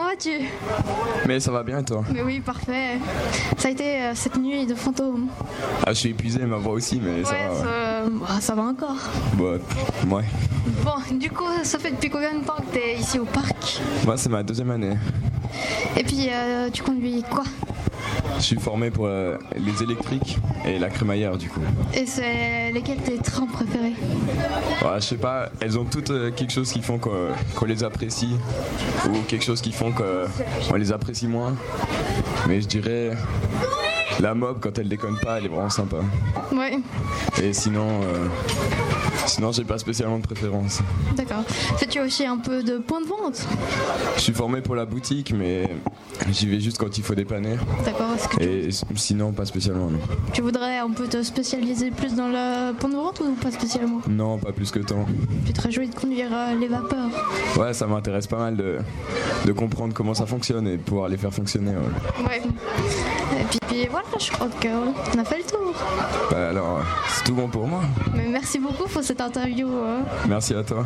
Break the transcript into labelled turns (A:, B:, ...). A: Oh, tu
B: Mais ça va bien et toi
A: Mais oui, parfait. Ça a été euh, cette nuit de fantôme.
B: Ah, je suis épuisé, ma voix aussi, mais ça
A: ouais,
B: va. ouais.
A: ça, bah, ça va encore.
B: Bah, pff, ouais.
A: Bon, du coup, ça fait depuis combien de temps que t'es ici au parc
B: Moi, c'est ma deuxième année.
A: Et puis, euh, tu conduis quoi
B: Je suis formé pour euh, les électriques et la crémaillère, du coup.
A: Et c'est lesquels tes trains préférés
B: Ouais, je sais pas, elles ont toutes euh, quelque chose qui font qu'on qu'on les apprécie ou quelque chose qui font qu'on les apprécie moins. Mais je dirais la mob quand elle déconne pas, elle est vraiment sympa.
A: Ouais,
B: Et sinon, euh, sinon j'ai pas spécialement de préférence.
A: d'accord. Fais-tu aussi un peu de point de vente
B: Je suis formé pour la boutique, mais j'y vais juste quand il faut dépanner.
A: D'accord, est-ce que tu,
B: Et s- sinon, pas spécialement. Non,
A: tu voudrais un peu te spécialiser plus dans le point de vente ou pas spécialement
B: non pas plus que tant.
A: Tu te réjouis de conduire euh, les vapeurs
B: Ouais, ça m'intéresse pas mal de, de comprendre comment ça fonctionne et de pouvoir les faire fonctionner. ouais.
A: Ouais. Et puis, puis voilà, je crois qu'on a fait le tour.
B: Bah, alors, c'est tout bon pour moi.
A: Mais merci beaucoup pour cette interview. euh.
B: Merci à toi.